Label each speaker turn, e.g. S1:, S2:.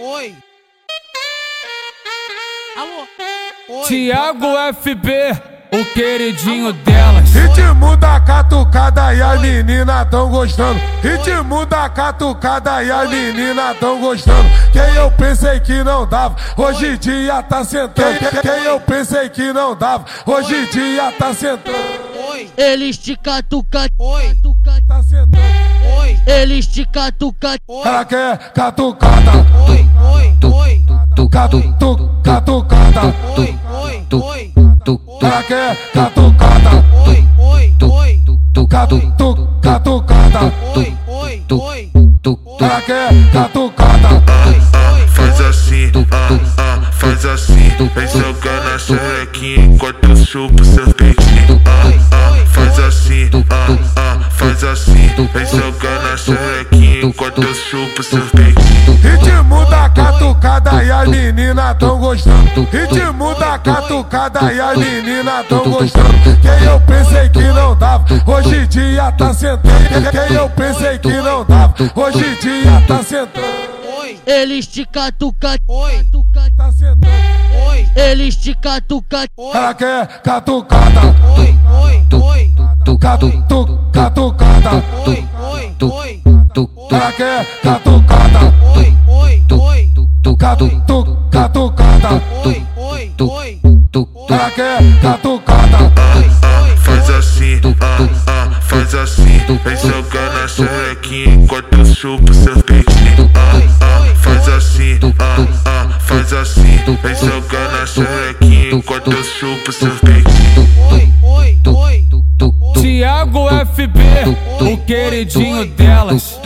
S1: Oi. Alô. Oi.
S2: Tiago FB, o queridinho delas.
S3: Ritmo da catucada e a menina tão gostando. Ritmo da catucada e a menina tão gostando. Quem eu pensei que não dava, hoje em dia tá sentando. Quem- Quem eu pensei que não dava, hoje em dia tá sentando.
S1: Oi.
S4: Eles te catuca,
S1: Oi.
S4: catuca,
S3: Tá sentando.
S1: Oi.
S4: eles te catuca,
S1: Oi.
S3: Ela quer catucada.
S1: Oi. Oi. Oi.
S3: Catu, catucada.
S1: Oi. Oi. Oi.
S3: Ela quer catucada.
S1: Oi. Oi. Oi.
S3: Catu, catucada.
S1: Oi. Oi. Oi.
S3: Ela quer catucada.
S5: Faz assim, ah, ah, faz assim. Vem jogar na xerequinha enquanto eu chupo seu peitinho. Ah, ah, faz assim, ah, ah, faz assim. Vem jogar na xerequinha enquanto eu chupo seu peitinho.
S3: Ritmo da catucada e a menina tão gostando. Ritmo da catucada e a menina tão gostando. Quem eu pensei que não dava, hoje em dia tá sentando. Quem eu pensei que não dava, hoje em dia tá sentando.
S1: Oi.
S4: eles te catuca,
S1: Oi.
S4: catuca,
S3: Tá sentando.
S1: Oi.
S4: eles te catuca,
S3: Ela quer catucada.
S1: Oi. Oi. Oi.
S3: Catu, catucada.
S1: Oi. Oi. Oi.
S3: Ela quer catucada.
S1: Oi. Oi. Oi.
S3: Catu, catucada.
S1: Oi. Oi. Oi.
S3: Ela quer catucada.
S5: Faz assim, ah, ah, faz assim. Vem jogar na xerequinha enquanto eu chupo seu peitinho. Ah, ah, faz assim, ah, ah, faz assim. Vem jogar na xerequinha enquanto eu chupo seu peitinho.
S1: Oi. Oi. Oi.
S2: Tiago FB, o queridinho delas.